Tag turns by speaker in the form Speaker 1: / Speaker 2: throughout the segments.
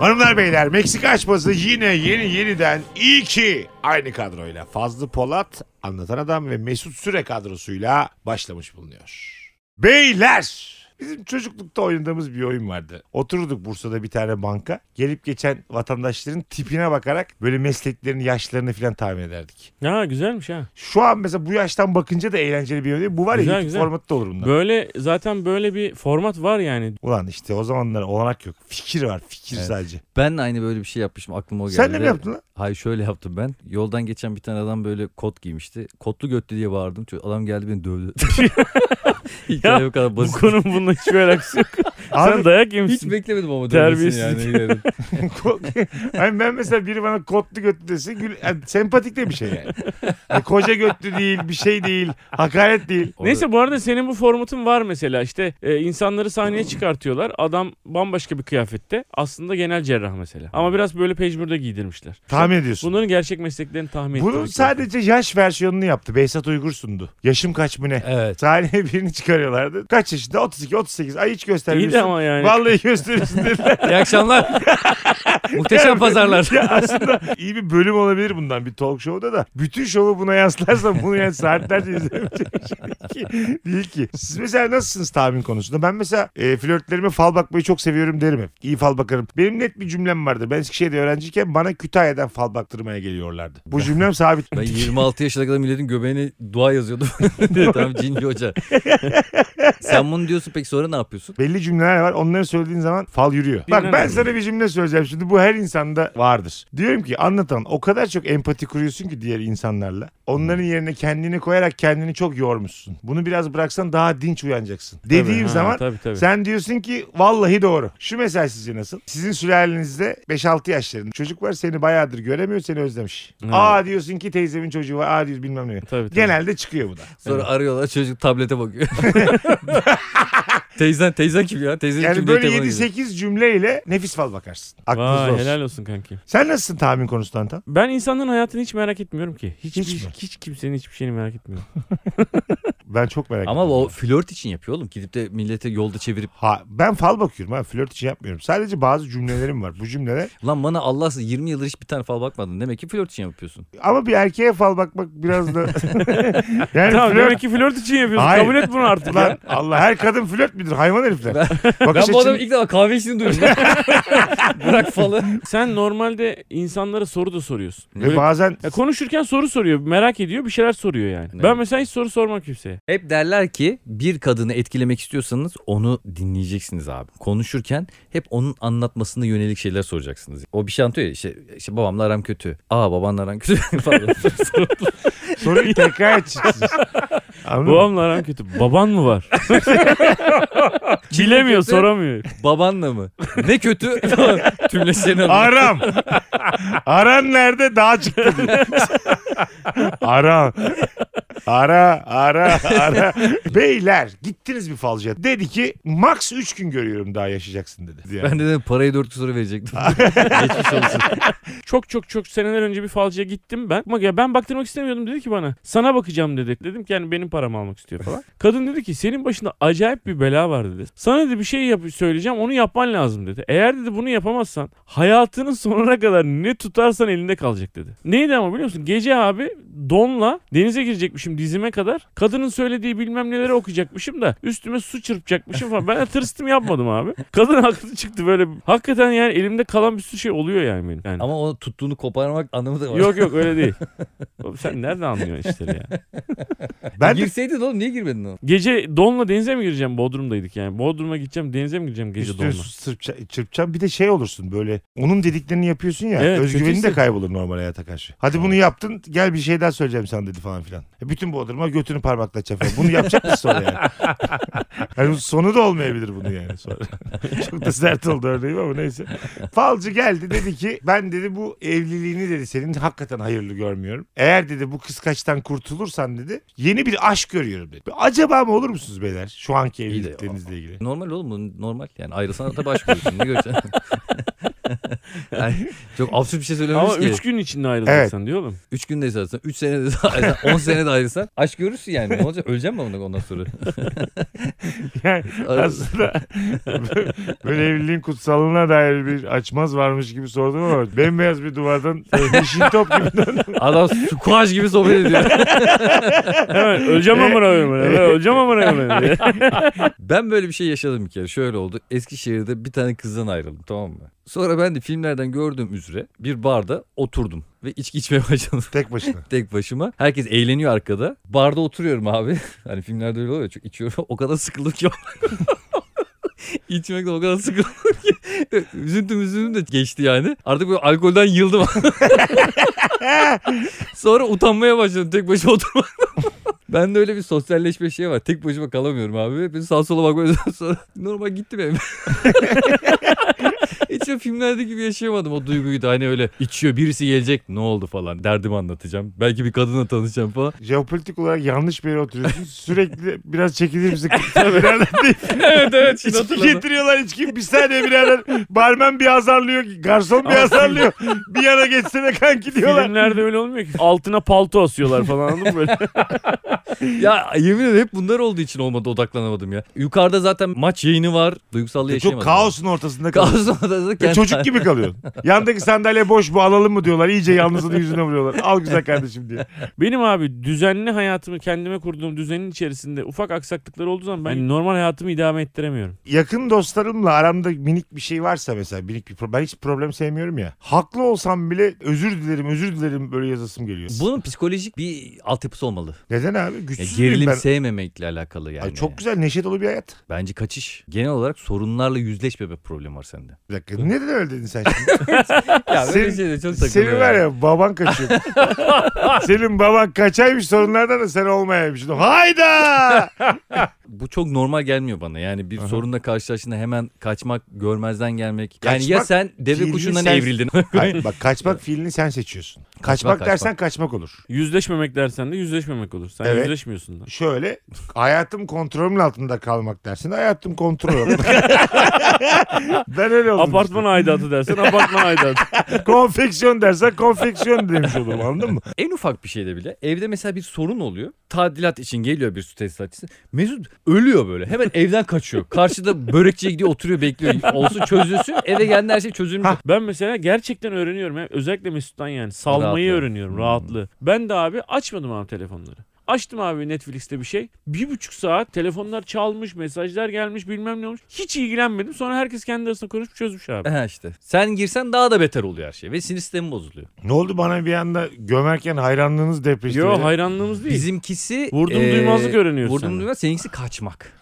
Speaker 1: Hanımlar beyler Meksika açması yine yeni yeniden iyi ki aynı kadroyla Fazlı Polat, Anlatan Adam ve Mesut Süre kadrosuyla başlamış bulunuyor. Beyler! Bizim çocuklukta oynadığımız bir oyun vardı. Otururduk Bursa'da bir tane banka. Gelip geçen vatandaşların tipine bakarak böyle mesleklerini, yaşlarını falan tahmin ederdik.
Speaker 2: Ha güzelmiş ha.
Speaker 1: Şu an mesela bu yaştan bakınca da eğlenceli bir oyun değil. Bu var ya
Speaker 2: Güzel,
Speaker 1: YouTube
Speaker 2: güzel.
Speaker 1: formatı da olur bundan.
Speaker 2: Böyle zaten böyle bir format var yani.
Speaker 1: Ulan işte o zamanlar olanak yok. Fikir var, fikir
Speaker 3: Evet.
Speaker 1: sadece.
Speaker 3: Ben de aynı böyle bir şey yapmışım aklıma o geldi.
Speaker 1: Sen ne mi yaptın lan?
Speaker 3: Hayır şöyle yaptım ben. Yoldan geçen bir tane adam böyle kot giymişti. Kotlu götlü diye bağırdım. Çünkü Adam geldi beni dövdü. Hikaye bu kadar
Speaker 2: Bu
Speaker 3: basit.
Speaker 2: konunun bununla hiçbir alakası yok. Sen
Speaker 1: Abi,
Speaker 2: dayak
Speaker 3: Hiç
Speaker 2: yemişsin.
Speaker 3: beklemedim ama dövmesini
Speaker 2: Terbiyesizlik.
Speaker 3: yani.
Speaker 1: ko- Ay ben mesela biri bana kotlu götlü desin gül, yani sempatik de bir şey yani. Yani koca götlü değil, bir şey değil, hakaret değil.
Speaker 2: Neyse bu arada senin bu formatın var mesela işte e, insanları sahneye çıkartıyorlar adam bambaşka bir kıyafette aslında genel cerrah mesela ama biraz böyle pejmürde giydirmişler.
Speaker 1: Tahmin ediyorsun.
Speaker 2: Bunların gerçek mesleklerini tahmin
Speaker 1: Bunun
Speaker 2: ettirmek
Speaker 1: sadece yaş versiyonunu yaptı. Beysat Uygur sundu. Yaşım kaç mı ne?
Speaker 3: Evet.
Speaker 1: Sahneye birini çıkarıyorlardı. Kaç yaşında? 32, 38. Ay hiç
Speaker 2: lazım. İyi
Speaker 1: göstermiyorsun.
Speaker 2: de ama yani.
Speaker 1: Vallahi gösterirsin dediler.
Speaker 3: İyi akşamlar. Muhteşem pazarlar.
Speaker 1: ya aslında iyi bir bölüm olabilir bundan bir talk show'da da. Bütün şovu buna yaslarsam bunu yani saatlerce izlemeyecek bir şey değil ki. Değil ki. Siz mesela nasılsınız tahmin konusunda? Ben mesela e, flörtlerime fal bakmayı çok seviyorum derim hep. İyi fal bakarım. Benim net bir cümlem vardır. Ben Eskişehir'de öğrenciyken bana Kütahya'dan fal baktırmaya geliyorlardı. Bu cümlem sabit.
Speaker 3: Ben 26 yaşına kadar milletin göbeğine dua yazıyordum. Tam cinci hoca. Sen bunu diyorsun peki sonra ne yapıyorsun?
Speaker 1: Belli cümleler var. Onları söylediğin zaman fal yürüyor. Bak ben
Speaker 2: Dinlemem.
Speaker 1: sana bir cümle söyleyeceğim. Şimdi bu her insanda vardır. Diyorum ki anlatan o kadar çok empati kuruyorsun ki diğer insanlarla. Onların yerine kendini koyarak kendini çok yormuşsun. Bunu biraz bıraksan daha dinç uyanacaksın.
Speaker 2: Tabii,
Speaker 1: Dediğim
Speaker 2: ha,
Speaker 1: zaman
Speaker 2: tabii, tabii.
Speaker 1: sen diyorsun ki vallahi doğru. Şu mesaj sizce nasıl? Sizin sülalenizde 5-6 yaşlarında çocuk var seni bayağıdır göremiyor seni özlemiş.
Speaker 2: Evet.
Speaker 1: Aa diyorsun ki teyzemin çocuğu var. Aa diyorsun bilmem ne.
Speaker 2: Tabii, tabii.
Speaker 1: Genelde çıkıyor bu da.
Speaker 3: Sonra arıyorlar çocuk tablete bakıyor. teyzen teyzen kim ya? Teyzen kim
Speaker 1: Yani
Speaker 3: diye
Speaker 1: böyle
Speaker 3: telefona gidiyor.
Speaker 1: 7-8 cümleyle nefis fal bakarsın. Aklınızda
Speaker 2: Vay
Speaker 1: olsun.
Speaker 2: helal olsun kanki.
Speaker 1: Sen nasılsın tahmin konusunda Antan?
Speaker 2: Ben insanların hayatını hiç merak etmiyorum ki. Hiç,
Speaker 1: Hiç
Speaker 2: hiç,
Speaker 1: mi?
Speaker 2: kimsenin hiçbir şeyini merak etmiyorum.
Speaker 1: Ben çok merak
Speaker 3: Ama
Speaker 1: ediyorum.
Speaker 3: o flört için yapıyor oğlum. Gidip de millete yolda çevirip
Speaker 1: Ha, ben fal bakıyorum ha flört için yapmıyorum. Sadece bazı cümlelerim var. Bu cümleler
Speaker 3: lan bana Allah'sız 20 yıldır hiç bir tane fal bakmadın. Demek ki flört için yapıyorsun.
Speaker 1: ama bir erkeğe fal bakmak biraz da yani
Speaker 2: tamam
Speaker 1: flört
Speaker 2: demek ki flört için yapıyorsun.
Speaker 1: Hayır.
Speaker 2: Kabul et bunu artık ya.
Speaker 1: Lan Allah her kadın flört müdür hayvan herifler. Bakış
Speaker 3: Ben bu adamın
Speaker 1: açın-
Speaker 3: ilk defa kahve içtiğini duydum. Bırak falı.
Speaker 2: Sen normalde insanlara soru da soruyorsun.
Speaker 1: Ve bazen
Speaker 2: Ya konuşurken soru soruyor. Merak ediyor. Bir şeyler soruyor yani.
Speaker 3: Evet.
Speaker 2: Ben mesela hiç soru sormam kimseye.
Speaker 3: Hep derler ki bir kadını etkilemek istiyorsanız onu dinleyeceksiniz abi. Konuşurken hep onun anlatmasına yönelik şeyler soracaksınız. O bir şey anlatıyor ya işte, işte babamla aram kötü. Aa babanla aram kötü falan.
Speaker 1: soruyu tekrar edeceksiniz. Anladın mı?
Speaker 2: Babamla aram kötü. Baban mı var? Bilemiyor,
Speaker 3: kötü?
Speaker 2: soramıyor.
Speaker 3: babanla mı? Ne kötü? Falan. Tümleşlerini alıyor.
Speaker 1: Aram. Aran nerede? Daha çıktı. diye. Aram. Ara ara ara. Beyler gittiniz bir falcıya. Dedi ki max 3 gün görüyorum daha yaşayacaksın dedi. Yani.
Speaker 3: Ben de dedim parayı dört gün sonra verecektim. Geçmiş olsun.
Speaker 2: Çok çok çok seneler önce bir falcıya gittim ben. Ama ya ben baktırmak istemiyordum dedi ki bana. Sana bakacağım dedi. Dedim ki yani benim paramı almak istiyor falan. Kadın dedi ki senin başında acayip bir bela var dedi. Sana dedi bir şey yap söyleyeceğim onu yapman lazım dedi. Eğer dedi bunu yapamazsan hayatının sonuna kadar ne tutarsan elinde kalacak dedi. Neydi ama biliyor musun? Gece abi donla denize girecekmişim dizime kadar. Kadının söylediği bilmem neleri okuyacakmışım da üstüme su çırpacakmışım falan. Ben de tırstım yapmadım abi. Kadın haklı çıktı böyle. Hakikaten yani elimde kalan bir sürü şey oluyor yani benim. Yani.
Speaker 3: Ama onu tuttuğunu koparmak anlamı da var.
Speaker 2: Yok yok öyle değil. Oğlum sen nereden anlıyorsun işleri ya?
Speaker 1: Ben de
Speaker 3: Girseydin oğlum niye girmedin oğlum?
Speaker 2: Gece donla denize mi gireceğim? Bodrum'daydık yani. Bodrum'a gideceğim denize mi gireceğim gece
Speaker 1: Üstüne
Speaker 2: donla?
Speaker 1: su sırpça- çırpacağım. Bir de şey olursun böyle. Onun dediklerini yapıyorsun ya.
Speaker 2: Evet,
Speaker 1: özgüveni de
Speaker 2: kötüyse-
Speaker 1: kaybolur normal hayata karşı. Hadi bunu yaptın. Gel bir şey daha söyleyeceğim sana dedi falan filan. E, bütün bodruma götünü parmakla çapıyor. Bunu yapacak mısın sonra yani? yani? Sonu da olmayabilir bunu yani sonra. Çok da sert oldu örneğim ama neyse. Falcı geldi dedi ki ben dedi bu evliliğini dedi senin hakikaten hayırlı görmüyorum. Eğer dedi bu kıskaçtan kurtulursan dedi yeni bir aşk görüyorum dedi. Acaba mı olur musunuz beyler şu anki
Speaker 3: İyi de-
Speaker 1: evliliklerinizle ilgili?
Speaker 3: Normal oğlum bu normal yani ayrılsana da baş koyuyorsun ne göreceksin? Yani çok absürt bir şey söylememiş
Speaker 2: Ama
Speaker 3: ki.
Speaker 2: 3 gün içinde ayrılacaksan diyor oğlum.
Speaker 3: 3 günde ayrılsan, 3 senede de ayrılsan, 10 senede de ayrılsan aşk görürsün yani. Ne olacak? Öleceğim mi ondan sonra?
Speaker 1: Yani aslında böyle evliliğin kutsalına dair bir açmaz varmış gibi sordum ama bembeyaz bir duvardan e, yeşil top gibi
Speaker 3: Adam squash gibi sohbet ediyor.
Speaker 2: Hemen öleceğim amına koyayım. ben. Hemen öleceğim amına koyayım. diye.
Speaker 3: ben böyle bir şey yaşadım bir kere. Şöyle oldu. Eskişehir'de bir tane kızdan ayrıldım tamam mı? Sonra ben de filmlerden gördüğüm üzere bir barda oturdum. Ve içki içmeye başladım.
Speaker 1: tek başına.
Speaker 3: tek başıma. Herkes eğleniyor arkada. Barda oturuyorum abi. Hani filmlerde öyle oluyor. Çok içiyorum. O kadar sıkıldım ki. İçmekten o kadar sıkıldım ki. Üzüntüm üzüntüm de geçti yani. Artık böyle alkolden yıldım. Sonra utanmaya başladım tek başıma oturmak. Ben de öyle bir sosyalleşme şey var. Tek başıma kalamıyorum abi. Ben sağa sola bakmadan sonra normal gittim evime. Hiç o filmlerde gibi yaşayamadım o duyguyu da hani öyle içiyor birisi gelecek ne oldu falan derdimi anlatacağım. Belki bir kadınla tanışacağım falan.
Speaker 1: Jeopolitik olarak yanlış bir yere oturuyorsun. Sürekli biraz çekilir misin? Birader deyip
Speaker 3: evet evet
Speaker 1: içki getiriyorlar içki. Bir saniye birader. Barmen bir azarlıyor. Garson bir azarlıyor. Bir yana geçsene kanki diyorlar.
Speaker 2: Filmlerde öyle olmuyor ki. Altına palto asıyorlar falan anladın mı böyle?
Speaker 3: Ya yemin ederim hep bunlar olduğu için olmadı odaklanamadım ya. Yukarıda zaten maç yayını var. Duygusal
Speaker 1: E, Çok
Speaker 3: yaşayamadım.
Speaker 1: kaosun ortasında kalıyor.
Speaker 3: Kaos odasında
Speaker 1: Ve
Speaker 3: kendi-
Speaker 1: çocuk gibi kalıyorsun. Yandaki sandalye boş bu alalım mı diyorlar. İyice yalnızlığını yüzüne vuruyorlar. Al güzel kardeşim diye.
Speaker 2: Benim abi düzenli hayatımı kendime kurduğum düzenin içerisinde ufak aksaklıklar olduğu zaman ben normal hayatımı idame ettiremiyorum.
Speaker 1: yakın dostlarımla aramda minik bir şey varsa mesela minik bir pro- ben hiç problem sevmiyorum ya. Haklı olsam bile özür dilerim özür dilerim böyle yazasım geliyor.
Speaker 3: Bunun psikolojik bir altyapısı olmalı.
Speaker 1: Neden abi?
Speaker 3: Ya
Speaker 1: Güçsüz
Speaker 3: gerilim
Speaker 1: ben.
Speaker 3: sevmemekle alakalı yani.
Speaker 1: Ay çok güzel neşe dolu bir hayat.
Speaker 3: Bence kaçış. Genel olarak sorunlarla yüzleşmeme problemi var sende.
Speaker 1: Bir dakika neden öyle dedin sen şimdi?
Speaker 3: Ya
Speaker 1: Senin-
Speaker 3: şeyde çok
Speaker 1: Senin var ya baban kaçıyor. Senin baban kaçaymış sorunlardan da sen olmayaymışsın. Hayda!
Speaker 3: Bu çok normal gelmiyor bana. Yani bir
Speaker 1: Aha.
Speaker 3: sorunla karşılaştığında hemen kaçmak, görmezden gelmek. yani ya
Speaker 1: Kaçmak
Speaker 3: sen deve
Speaker 1: fiilini
Speaker 3: kuşundan
Speaker 1: sen-
Speaker 3: evrildin.
Speaker 1: Hayır, bak kaçmak fiilini sen seçiyorsun. Kaçmak,
Speaker 3: Kaçmak,
Speaker 1: dersen kaçmak olur.
Speaker 2: Yüzleşmemek dersen de yüzleşmemek olur. Sen
Speaker 1: Evet.
Speaker 2: yüzleşmiyorsun da.
Speaker 1: Şöyle hayatım kontrolümün altında kalmak dersin. Hayatım kontrol altında. ben öyle oldum. işte.
Speaker 2: Apartman aidatı dersen apartman aidatı.
Speaker 1: konfeksiyon dersen konfeksiyon demiş olurum anladın mı?
Speaker 3: en ufak bir şeyde bile evde mesela bir sorun oluyor. Tadilat için geliyor bir su tesisatçısı. Mesut ölüyor böyle. Hemen evden kaçıyor. Karşıda börekçiye gidiyor oturuyor bekliyor. Olsun çözülsün. Eve geldiğinde her şey çözülmüş.
Speaker 1: Ha.
Speaker 2: Ben mesela gerçekten öğreniyorum. ya. Özellikle Mesut'tan yani. Salmayı
Speaker 3: Rahatlığı.
Speaker 2: öğreniyorum.
Speaker 1: Hmm.
Speaker 2: Rahatlığı. Ben de abi açmadım abi telefonları. Açtım abi Netflix'te bir şey. Bir buçuk saat telefonlar çalmış, mesajlar gelmiş bilmem ne olmuş. Hiç ilgilenmedim. Sonra herkes kendi arasında konuşup çözmüş abi.
Speaker 3: Ha işte. Sen girsen daha da beter oluyor her şey. Ve sinir sistemi bozuluyor.
Speaker 1: Ne oldu bana bir anda gömerken hayranlığınız depreşti.
Speaker 2: Yo
Speaker 1: beni.
Speaker 2: hayranlığımız değil.
Speaker 3: Bizimkisi...
Speaker 2: Vurdum
Speaker 3: eee,
Speaker 2: duymazlık öğreniyorsun
Speaker 3: Vurdum
Speaker 2: sen.
Speaker 3: duymaz. Seninkisi kaçmak.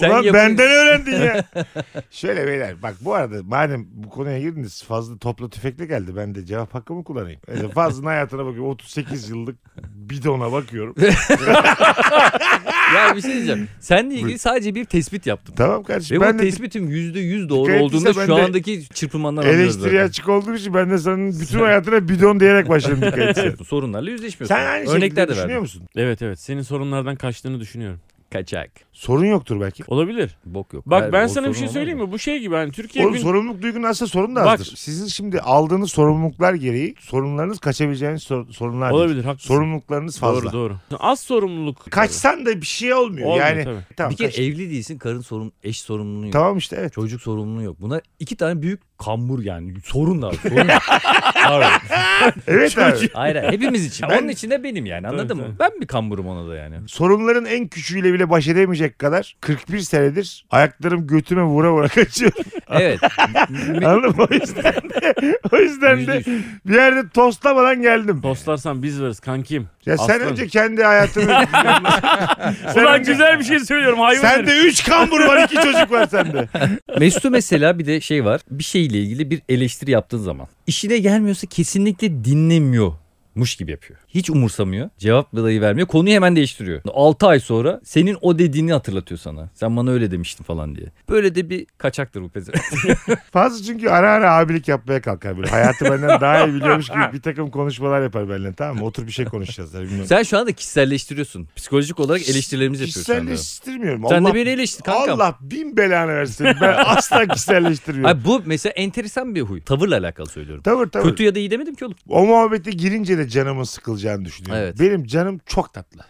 Speaker 1: Ulan
Speaker 3: yapıyor-
Speaker 1: benden öğrendin ya. Şöyle beyler bak bu arada madem bu konuya girdiniz fazla topla tüfekle geldi. Ben de cevap hakkımı kullanayım. Fazla Fazlının hayatına bakıyorum. 38 yıllık bidona bakıyorum.
Speaker 3: Ya bir şey diyeceğim. Seninle ilgili
Speaker 1: Buyur.
Speaker 3: sadece bir tespit yaptım.
Speaker 1: tamam
Speaker 3: Ve
Speaker 1: kardeşim
Speaker 3: bu
Speaker 1: ben de
Speaker 3: tespitim %100 doğru
Speaker 1: Dikkat
Speaker 3: olduğunda
Speaker 1: ettiyse
Speaker 3: şu
Speaker 1: ben de
Speaker 3: andaki çırpınmandan anlıyoruz
Speaker 1: eleştiriye açık olduğum için ben de senin bütün hayatına bidon diyerek başladım dikkat etsene.
Speaker 3: zaten. Sorunlarla yüzleşmiyorsun.
Speaker 1: Sen aynı
Speaker 3: Örnekler
Speaker 1: şekilde
Speaker 3: de
Speaker 1: düşünüyor
Speaker 3: verdim.
Speaker 1: musun?
Speaker 2: Evet evet. Senin sorunlardan kaçtığını düşünüyorum.
Speaker 3: Kaçak.
Speaker 1: Sorun yoktur belki.
Speaker 2: Olabilir.
Speaker 3: Bok yok.
Speaker 2: Bak
Speaker 3: Hayır,
Speaker 2: ben
Speaker 3: o
Speaker 2: sana bir
Speaker 3: sorun
Speaker 2: şey
Speaker 3: olmaz
Speaker 2: söyleyeyim
Speaker 3: mı?
Speaker 2: mi? Bu şey gibi hani Türkiye
Speaker 1: Oğlum
Speaker 2: gün...
Speaker 1: sorumluluk duygunun aslında sorun da
Speaker 2: Bak-
Speaker 1: azdır. Sizin şimdi aldığınız sorumluluklar gereği sorunlarınız kaçabileceğiniz sor- sorunlar değil.
Speaker 2: Olabilir haklısın.
Speaker 1: Sorumluluklarınız fazla.
Speaker 2: Doğru doğru. Az sorumluluk.
Speaker 1: Kaçsan da bir şey olmuyor.
Speaker 2: Olmuyor
Speaker 1: yani
Speaker 2: tabii. e-
Speaker 1: tamam.
Speaker 3: Bir kere
Speaker 1: kaç-
Speaker 3: evli değilsin karın sorun, eş sorumluluğu yok.
Speaker 1: Tamam işte evet.
Speaker 3: Çocuk sorumluluğu yok. Bunlar iki tane büyük kambur yani. Sorunlar. Sorun. Pardon.
Speaker 1: Evet abi.
Speaker 3: hayır hayır. Hepimiz için.
Speaker 1: Ben-
Speaker 3: Onun için de benim yani anladın
Speaker 2: Tabii,
Speaker 3: mı? Ben bir kamburum ona da yani.
Speaker 1: Sorunların en küçüğüyle bile baş edemeyecek kadar 41 senedir ayaklarım götüme vura vura kaçıyor.
Speaker 3: Evet.
Speaker 1: Anladın mı? O yüzden de, o yüzden de bir yerde tostlamadan geldim.
Speaker 2: Dostlarsan biz varız kankim.
Speaker 1: Ya sen
Speaker 2: Aslanım.
Speaker 1: önce kendi hayatını... sen,
Speaker 2: Ulan
Speaker 1: önce-
Speaker 2: güzel bir şey söylüyorum hayvan herif.
Speaker 1: sende 3 kambur var 2 çocuk var sende.
Speaker 3: Mesut'u mesela bir de şey var. Bir şeyle ilgili bir eleştiri yaptığın zaman. işine gelmiyorsa kesinlikle dinlemiyormuş gibi yapıyor. Hiç umursamıyor. Cevap dahi vermiyor. Konuyu hemen değiştiriyor. 6 ay sonra senin o dediğini hatırlatıyor sana. Sen bana öyle demiştin falan diye. Böyle de bir kaçaktır bu pezevenk.
Speaker 1: Fazla çünkü ara ara abilik yapmaya kalkar. Böyle hayatı benden daha iyi biliyormuş gibi bir takım konuşmalar yapar benimle tamam mı? Otur bir şey konuşacağız. Yani bilmiyorum.
Speaker 3: Sen şu anda kişiselleştiriyorsun. Psikolojik olarak eleştirilerimizi yapıyorsun. sen de.
Speaker 1: Kişiselleştirmiyorum.
Speaker 3: Sen
Speaker 1: Allah,
Speaker 3: de beni eleştir kankam.
Speaker 1: Allah bin belanı versin. Ben asla kişiselleştirmiyorum.
Speaker 3: Ay bu mesela enteresan bir huy. Tavırla alakalı söylüyorum.
Speaker 1: Tavır tavır.
Speaker 3: Kötü ya da iyi demedim ki oğlum.
Speaker 1: O muhabbete girince de canımın sıkılacağını düşünüyorum.
Speaker 3: Evet.
Speaker 1: Benim canım çok tatlı.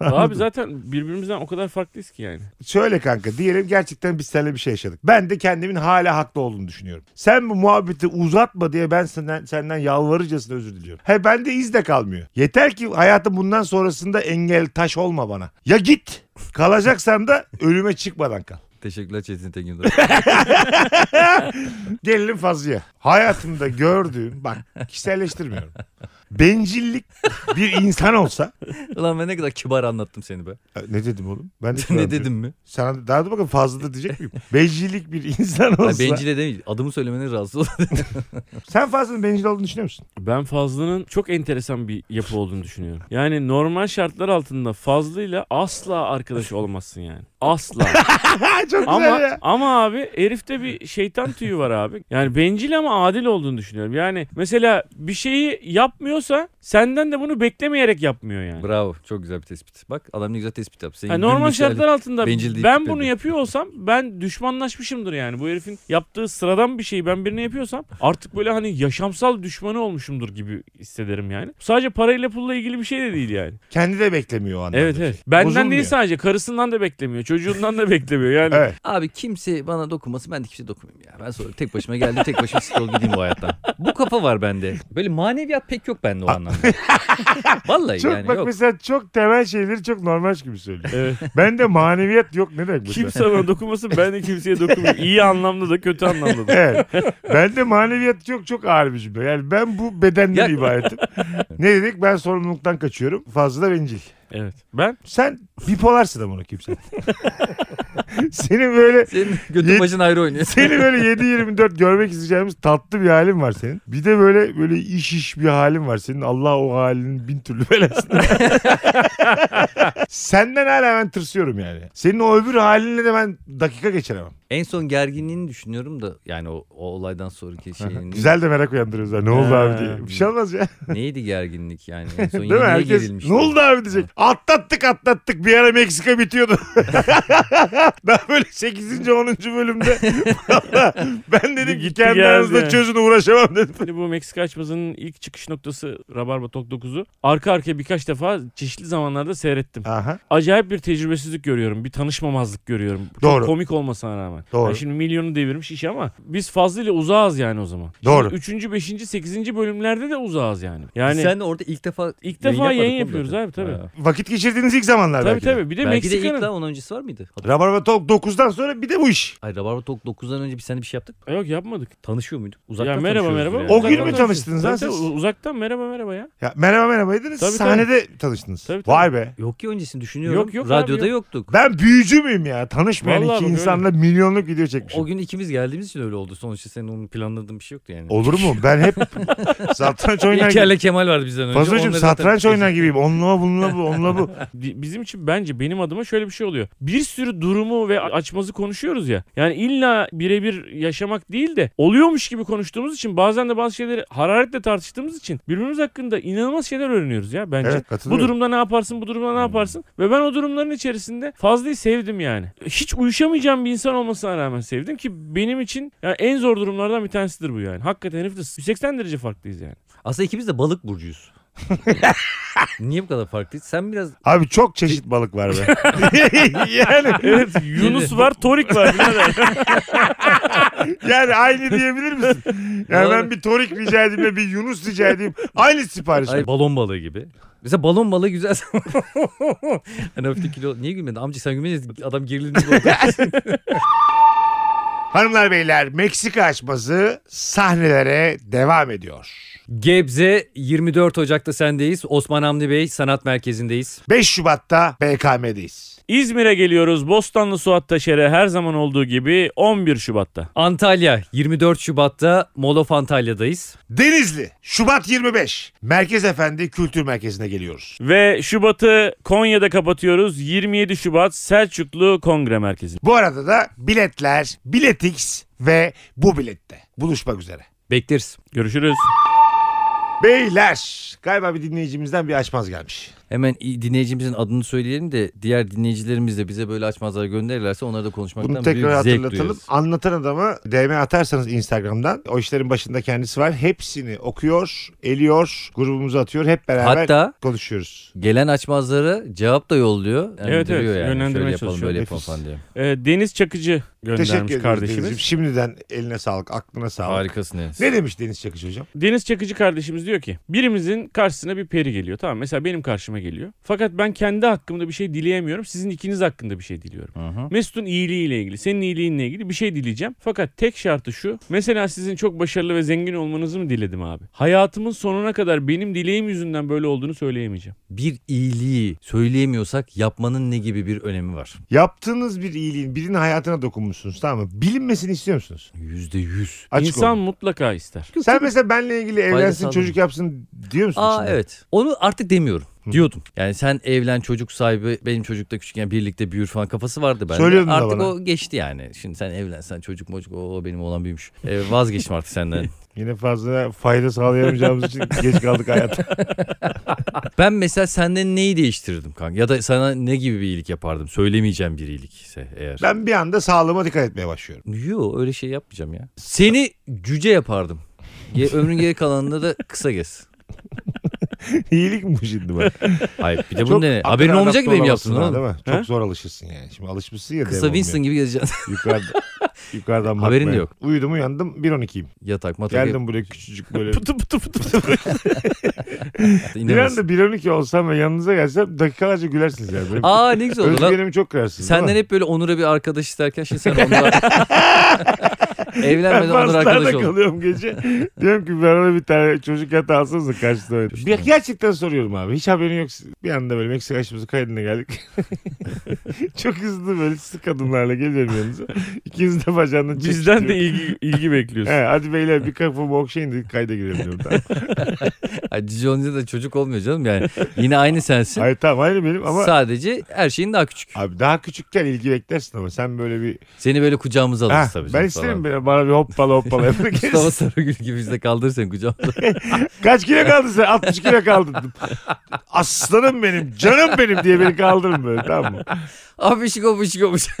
Speaker 2: Abi zaten birbirimizden o kadar farklıyız ki yani.
Speaker 1: Şöyle kanka diyelim gerçekten biz seninle bir şey yaşadık. Ben de kendimin hala haklı olduğunu düşünüyorum. Sen bu muhabbeti uzatma diye ben senden, senden yalvarırcasına özür diliyorum. He bende iz de kalmıyor. Yeter ki hayatım bundan sonrasında engel taş olma bana. Ya git. Kalacaksan da ölüme çıkmadan kal.
Speaker 3: Teşekkürler Çetin Tekindor.
Speaker 1: Gelelim Fazlı'ya. Hayatımda gördüğüm bak kişiselleştirmiyorum. Bencillik bir insan olsa
Speaker 3: Ulan ben ne kadar kibar anlattım seni be.
Speaker 1: ne dedim oğlum? Ben de
Speaker 3: ne dedim mi?
Speaker 1: Sana daha da bakın fazla da diyecek miyim? Bencillik bir insan olsa.
Speaker 3: Ay, bencile değil. Adımı söylemene rahatsız oldum.
Speaker 1: Sen fazla bencil olduğunu düşünüyor musun?
Speaker 2: Ben Fazlı'nın çok enteresan bir yapı olduğunu düşünüyorum. Yani normal şartlar altında Fazlı'yla asla arkadaş olmazsın yani. Asla.
Speaker 1: Ha, çok güzel
Speaker 2: ama
Speaker 1: ya.
Speaker 2: ama abi herifte bir şeytan tüyü var abi. Yani bencil ama adil olduğunu düşünüyorum. Yani mesela bir şeyi yapmıyorsa senden de bunu beklemeyerek yapmıyor yani.
Speaker 3: Bravo. Çok güzel bir tespit. Bak adam ne güzel tespit yaptı. Senin
Speaker 2: Ha, normal
Speaker 3: gülmüş
Speaker 2: şartlar
Speaker 3: halin-
Speaker 2: altında
Speaker 3: bencil değil,
Speaker 2: ben
Speaker 3: tipi
Speaker 2: bunu
Speaker 3: değil.
Speaker 2: yapıyor olsam ben düşmanlaşmışımdır yani. Bu herifin yaptığı sıradan bir şeyi ben birine yapıyorsam artık böyle hani yaşamsal düşmanı olmuşumdur gibi hissederim yani. Sadece parayla pulla ilgili bir şey de değil yani.
Speaker 1: Kendi de beklemiyor o anlamda.
Speaker 2: evet evet. Benden
Speaker 1: Bozulmuyor.
Speaker 2: değil sadece karısından da beklemiyor. Çocuğundan da beklemiyor yani.
Speaker 1: Evet.
Speaker 3: Abi kimse bana dokunmasın ben de kimseye dokunmayayım ya. Ben sonra tek başıma geldim tek başıma sıkıl gideyim bu hayattan. Bu kafa var bende. Böyle maneviyat pek yok bende o anlamda. Vallahi
Speaker 1: Çok
Speaker 3: yani
Speaker 1: bak
Speaker 3: yok.
Speaker 1: mesela çok temel şeyleri çok normal gibi söylüyor.
Speaker 2: Evet.
Speaker 1: ben de maneviyat yok ne demek bu?
Speaker 2: Kimse bana dokunmasın ben de kimseye dokunmayayım. İyi anlamda da kötü anlamda da.
Speaker 1: Evet. Ben de maneviyat çok çok ağır bir cümle. Yani ben bu bedenden
Speaker 3: Ya-
Speaker 1: ibaretim. ne dedik? Ben sorumluluktan kaçıyorum. Fazla da bencil.
Speaker 2: Evet. Ben
Speaker 1: Sen bipolarsın ama kimse. Senin böyle
Speaker 3: Senin
Speaker 1: Yet-
Speaker 3: götün başın ayrı oynuyor.
Speaker 1: Seni böyle 7-24 görmek isteyeceğimiz tatlı bir halin var senin. Bir de böyle böyle iş iş bir halin var senin. Allah o halinin bin türlü belasını. Senden hala ben tırsıyorum yani. Senin o öbür halinle de ben dakika geçiremem.
Speaker 3: En son gerginliğini düşünüyorum da yani o, o olaydan sonraki şeyin.
Speaker 1: Güzel de merak uyandırıyoruz. ha. Ne oldu
Speaker 2: Ha.
Speaker 1: abi diye. Bir şey olmaz ya.
Speaker 3: Neydi gerginlik yani? En son
Speaker 1: Değil mi?
Speaker 3: yemeğe
Speaker 1: Herkes
Speaker 3: gerilmişti.
Speaker 1: ne oldu abi diyecek. Atlattık atlattık. Bir ara Meksika bitiyordu. Daha böyle 8. 10. bölümde. Valla ben dedim ki
Speaker 2: Gitti
Speaker 1: kendi
Speaker 2: geldi.
Speaker 1: aranızda çözün uğraşamam dedim.
Speaker 2: Şimdi bu Meksika açmasının ilk çıkış noktası Rabarba Tok 9'u arka arkaya birkaç defa çeşitli zamanlarda seyrettim.
Speaker 1: Aha.
Speaker 2: Acayip bir tecrübesizlik görüyorum. Bir tanışmamazlık görüyorum. Çok
Speaker 1: Doğru.
Speaker 2: komik olmasına rağmen.
Speaker 1: Doğru.
Speaker 2: Yani şimdi milyonu devirmiş iş ama biz fazlıyla uzağız yani o zaman. Şimdi
Speaker 1: Doğru.
Speaker 2: üçüncü, beşinci, sekizinci bölümlerde de uzağız yani. Yani
Speaker 3: Biz Sen de orada ilk defa
Speaker 2: ilk defa yayın
Speaker 3: yapmadık oğlum
Speaker 2: yapıyoruz
Speaker 3: zaten.
Speaker 2: abi tabii.
Speaker 3: Ha.
Speaker 1: Vakit geçirdiğiniz ilk zamanlar
Speaker 2: Tabii
Speaker 1: belki de.
Speaker 2: tabii. Bir de
Speaker 3: Belki de ilk
Speaker 2: Meksika'nın.
Speaker 3: daha onun öncesi var mıydı? Hatır-
Speaker 1: Rabarba Talk 9'dan sonra bir de bu iş.
Speaker 3: Hayır Rabarba Talk 9'dan önce biz seninle bir şey yaptık. mı?
Speaker 2: Yok yapmadık.
Speaker 3: Tanışıyor muyduk? Uzaktan
Speaker 2: Ya merhaba
Speaker 3: tanışıyoruz
Speaker 2: merhaba.
Speaker 3: yani.
Speaker 1: O
Speaker 2: Uzaktan
Speaker 1: gün mü
Speaker 2: tanışıyoruz.
Speaker 1: tanıştınız lan
Speaker 2: Tabii, tabii.
Speaker 1: siz?
Speaker 2: Uzaktan merhaba merhaba ya.
Speaker 1: Ya, merhaba merhabaydınız.
Speaker 2: Tabii,
Speaker 1: Sahnede tanıştınız.
Speaker 2: Tabii, tabii.
Speaker 1: Vay be.
Speaker 3: Yok ki öncesini düşünüyorum.
Speaker 2: Yok, yok abi,
Speaker 3: Radyoda yoktuk.
Speaker 1: Ben büyücü müyüm ya? Tanışmayan
Speaker 2: Vallahi
Speaker 1: iki
Speaker 2: bak
Speaker 1: insanla milyonluk video çekmişim.
Speaker 3: O gün ikimiz geldiğimiz için öyle oldu. Sonuçta senin onun planladığın bir şey yoktu yani.
Speaker 1: Olur mu? Ben hep satranç oynar gibi.
Speaker 3: İlker'le Kemal vardı bizden önce.
Speaker 1: Fazlacığım
Speaker 3: Onları
Speaker 1: satranç
Speaker 3: zaten-
Speaker 1: oynar gibiyim. Onunla bununla bu, onunla bu.
Speaker 2: Di- Bizim için bence benim adıma şöyle bir şey oluyor. Bir sürü durumu ve a- açmazı konuşuyoruz ya. Yani illa birebir yaşamak değil de oluyormuş gibi konuştuğumuz için bazen de bazı şeyleri hararetle tartıştığımız için birbirimiz hakkında inanılmaz şeyler öğreniyoruz ya bence.
Speaker 1: Evet
Speaker 2: Bu
Speaker 1: katılıyorum.
Speaker 2: durumda ne yaparsın, bu durumda ne yaparsın? Ve ben o durumların içerisinde Fazlı'yı sevdim yani. Hiç uyuşamayacağım bir insan olmasına rağmen sevdim ki benim için yani en zor durumlardan bir tanesidir bu yani. Hakikaten herifle 180 derece farklıyız yani.
Speaker 3: Aslında ikimiz de balık burcuyuz. Niye bu kadar farklıyız? Sen biraz
Speaker 1: Abi çok çeşit balık var be. yani,
Speaker 2: Evet Yunus var, Torik var. birader.
Speaker 1: yani aynı diyebilir misin? Yani
Speaker 3: Doğru.
Speaker 1: ben bir torik rica edeyim ve bir yunus rica edeyim. Aynı sipariş.
Speaker 3: Ay, balon balığı gibi. Mesela balon balığı güzel. hani hafifte kilo. Niye gülmedin? Amca sen gülmedin. Adam gerildi.
Speaker 1: Hanımlar beyler Meksika açması sahnelere devam ediyor.
Speaker 3: Gebze 24 Ocak'ta sendeyiz. Osman Hamdi Bey Sanat Merkezi'ndeyiz.
Speaker 1: 5 Şubat'ta BKM'deyiz.
Speaker 2: İzmir'e geliyoruz. Bostanlı Suat Taşer'e her zaman olduğu gibi 11 Şubat'ta.
Speaker 3: Antalya 24 Şubat'ta Molof Antalya'dayız.
Speaker 1: Denizli Şubat 25 Merkez Efendi Kültür Merkezi'ne geliyoruz.
Speaker 2: Ve Şubat'ı Konya'da kapatıyoruz. 27 Şubat Selçuklu Kongre Merkezi.
Speaker 1: Bu arada da biletler Biletix ve bu bilette buluşmak üzere.
Speaker 3: Bekleriz.
Speaker 2: Görüşürüz.
Speaker 1: Beyler galiba bir dinleyicimizden bir açmaz gelmiş.
Speaker 3: Hemen i- dinleyicimizin adını söyleyelim de diğer dinleyicilerimiz de bize böyle açmazlar gönderirlerse onları da konuşmaktan
Speaker 1: Bunu tekrar
Speaker 3: büyük zevk
Speaker 1: hatırlatalım.
Speaker 3: duyarız.
Speaker 1: Anlatan adama DM atarsanız Instagram'dan o işlerin başında kendisi var. Hepsini okuyor, eliyor, grubumuza atıyor. Hep beraber
Speaker 3: Hatta
Speaker 1: konuşuyoruz.
Speaker 3: gelen açmaları cevap da yolluyor. Yani
Speaker 2: Evet,
Speaker 3: duruyor
Speaker 2: evet.
Speaker 3: yani.
Speaker 2: Yönlendirmeye
Speaker 3: Şöyle yapalım
Speaker 2: çalışıyor.
Speaker 3: böyle yapalım
Speaker 1: Nefis.
Speaker 3: falan diye.
Speaker 2: Ee, Deniz Çakıcı
Speaker 1: Teşekkür
Speaker 2: göndermiş
Speaker 1: ederiz
Speaker 2: kardeşimiz.
Speaker 1: Denizciğim. Şimdiden eline sağlık, aklına sağlık.
Speaker 3: Harikasın Enes.
Speaker 1: Ne demiş Deniz Çakıcı hocam?
Speaker 2: Deniz Çakıcı kardeşimiz diyor ki birimizin karşısına bir peri geliyor. Tamam mesela benim karşıma geliyor. Fakat ben kendi hakkımda bir şey dileyemiyorum. Sizin ikiniz hakkında bir şey diliyorum.
Speaker 3: Hı hı.
Speaker 2: Mesut'un iyiliğiyle ilgili, senin iyiliğinle ilgili bir şey dileyeceğim. Fakat tek şartı şu. Mesela sizin çok başarılı ve zengin olmanızı mı diledim abi? Hayatımın sonuna kadar benim dileğim yüzünden böyle olduğunu söyleyemeyeceğim.
Speaker 3: Bir iyiliği söyleyemiyorsak yapmanın ne gibi bir önemi var?
Speaker 1: Yaptığınız bir iyiliğin birinin hayatına dokunmuşsunuz tamam mı? Bilinmesini istiyor musunuz?
Speaker 3: Yüzde yüz.
Speaker 1: Açık
Speaker 2: İnsan
Speaker 1: olun.
Speaker 2: mutlaka ister.
Speaker 1: Sen mesela benle ilgili evlensin
Speaker 3: Faydası
Speaker 1: çocuk yapsın diyor musun?
Speaker 3: Aa
Speaker 1: içinden?
Speaker 3: evet. Onu artık demiyorum. Diyordum. Yani sen evlen çocuk sahibi benim çocukta küçükken birlikte büyür falan kafası vardı bende.
Speaker 1: Söylüyordun da
Speaker 3: Artık
Speaker 1: bana.
Speaker 3: o geçti yani. Şimdi sen evlen sen çocuk mocuk o benim oğlan büyümüş. Ee, vazgeçtim artık senden.
Speaker 1: Yine fazla fayda sağlayamayacağımız için geç kaldık hayata.
Speaker 3: ben mesela senden neyi değiştirirdim kanka? Ya da sana ne gibi bir iyilik yapardım? Söylemeyeceğim bir iyilik ise eğer.
Speaker 1: Ben bir anda sağlığıma dikkat etmeye başlıyorum.
Speaker 3: Yo öyle şey yapmayacağım ya. Seni cüce yapardım. Ge- ömrün geri kalanında da kısa gez.
Speaker 1: İyilik mi bu şimdi bak?
Speaker 3: Hayır bir de bunu
Speaker 1: Çok
Speaker 3: dene.
Speaker 1: akıl
Speaker 3: E, Haberin olmayacak ki
Speaker 1: adapte olamazsın
Speaker 3: benim
Speaker 1: ha,
Speaker 3: yaptığım. oğlum.
Speaker 1: Değil mi?
Speaker 2: Ha?
Speaker 1: Çok zor alışırsın yani. Şimdi alışmışsın ya.
Speaker 3: Kısa
Speaker 1: devamlı.
Speaker 3: Winston gibi gezeceksin.
Speaker 1: Yukarıda, yukarıdan bakmaya.
Speaker 3: Haberin de yok.
Speaker 1: Uyudum uyandım 1.12'yim.
Speaker 3: Yatak matak.
Speaker 1: Geldim buraya küçücük böyle.
Speaker 2: Pıtı pıtı pıtı pıtı.
Speaker 1: bir anda 1.12 olsam ve yanınıza gelsem dakikalarca gülersiniz yani. Benim
Speaker 3: Aa ne güzel oldu lan.
Speaker 1: Özgüvenimi çok kırarsınız. değil
Speaker 3: Senden
Speaker 1: mi?
Speaker 3: hep böyle Onur'a bir arkadaş isterken şimdi sen Onur'a... Evlenmeden
Speaker 1: ben
Speaker 3: Onur arkadaş
Speaker 1: Marslarda
Speaker 3: oldun.
Speaker 1: kalıyorum gece. Diyorum ki ben ona bir tane çocuk yatağı alsanıza karşısına oynayayım. Bir, gerçekten soruyorum abi. Hiç haberin yok. Bir anda böyle Meksika aşımızın kaydına geldik. Çok hızlı böyle sık adımlarla geliyorum yanınıza. İkiniz de bacağından çekiştiriyorum.
Speaker 2: Bizden de ilgi, ilgi bekliyorsun.
Speaker 1: He, hadi beyler bir kafamı okşayın dedi kayda girelim diyorum. Tamam.
Speaker 3: Ay, Cici olunca da çocuk olmuyor canım yani. Yine aynı sensin.
Speaker 1: Hayır tamam aynı benim ama
Speaker 3: Sadece her şeyin daha küçük.
Speaker 1: Abi daha küçükken ilgi beklersin ama sen böyle bir...
Speaker 3: Seni böyle kucağımıza
Speaker 1: Ha,
Speaker 3: alırız tabii.
Speaker 1: ben
Speaker 3: canım
Speaker 1: isterim
Speaker 3: falan.
Speaker 1: böyle bana bir hoppala hoppala yapın.
Speaker 3: Mustafa Sarıgül gibi bizde kaldır sen kucağımıza.
Speaker 1: Kaç kilo kaldın sen? 60 kilo kaldın. Aslanım benim, canım benim diye beni kaldırın böyle tamam mı?
Speaker 3: Abişik obişik obişik.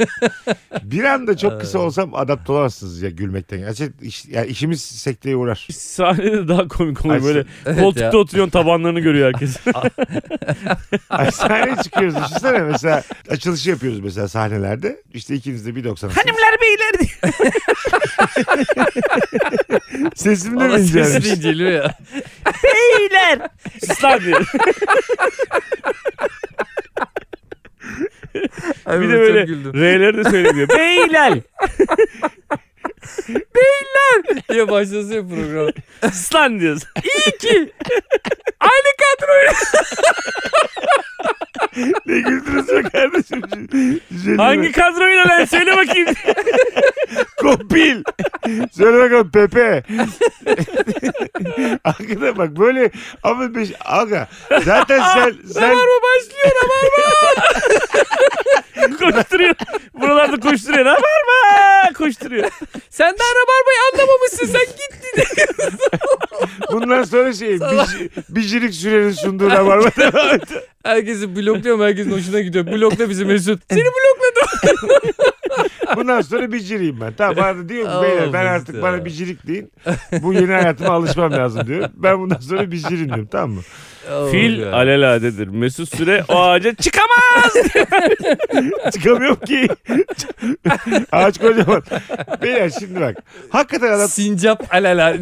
Speaker 1: Bir anda çok kısa olsam adapte olamazsınız ya gülmekten. Yani, iş, yani işimiz sekteye uğrar.
Speaker 2: Sahnede daha komik oluyor
Speaker 1: Ay,
Speaker 2: böyle.
Speaker 3: Evet
Speaker 2: Koltukta
Speaker 3: ya.
Speaker 2: oturuyorsun tabanlarını görüyor herkes.
Speaker 1: Ay, sahneye çıkıyoruz düşünsene mesela. Açılışı yapıyoruz mesela sahnelerde. İşte ikiniz de 1.90.
Speaker 2: Hani
Speaker 1: Hanımlar beyler. Sesim de
Speaker 3: Allah
Speaker 1: mi
Speaker 3: sesi
Speaker 1: incelmiş?
Speaker 3: de inceliyor ya.
Speaker 2: Sus lan diye.
Speaker 3: Ay,
Speaker 2: Bir de
Speaker 3: çok
Speaker 2: böyle
Speaker 3: güldüm.
Speaker 2: R'leri de söylemiyor. Beyler.
Speaker 3: diye başlasın ya program.
Speaker 2: Sus lan diyorsun. İyi ki.
Speaker 1: ne güldünüz be kardeşim? Jeli-
Speaker 2: Hangi kadroyla lan söyle bakayım.
Speaker 1: Kopil. Söyle bakalım Pepe. Arkada bak böyle ama beş, aga zaten sen sen
Speaker 3: başlıyor
Speaker 2: koşturuyor. Buralarda koşturuyor. Ha var mı? Koşturuyor.
Speaker 3: Sen daha rabarbayı anlamamışsın sen git.
Speaker 1: bundan sonra şey bir, bicirik sürenin sunduğu rabarba devam et.
Speaker 3: Herkesi blokluyorum herkesin hoşuna gidiyor. Blokla bizi Mesut. Seni
Speaker 1: Bundan sonra biciriyim ben. Tamam bana da diyor ki beyler ben
Speaker 3: Of
Speaker 1: artık
Speaker 3: ya.
Speaker 1: bana bicirik deyin. Bu yeni hayatıma alışmam lazım diyor. Ben bundan sonra bicirim diyorum tamam mı?
Speaker 2: Fil aleladedir. Mesut Süre o ağaca çıkamaz.
Speaker 1: Çıkamıyorum ki. Ağaç kocaman. Beyler şimdi bak. Hakikaten adam,
Speaker 3: Sincap alala.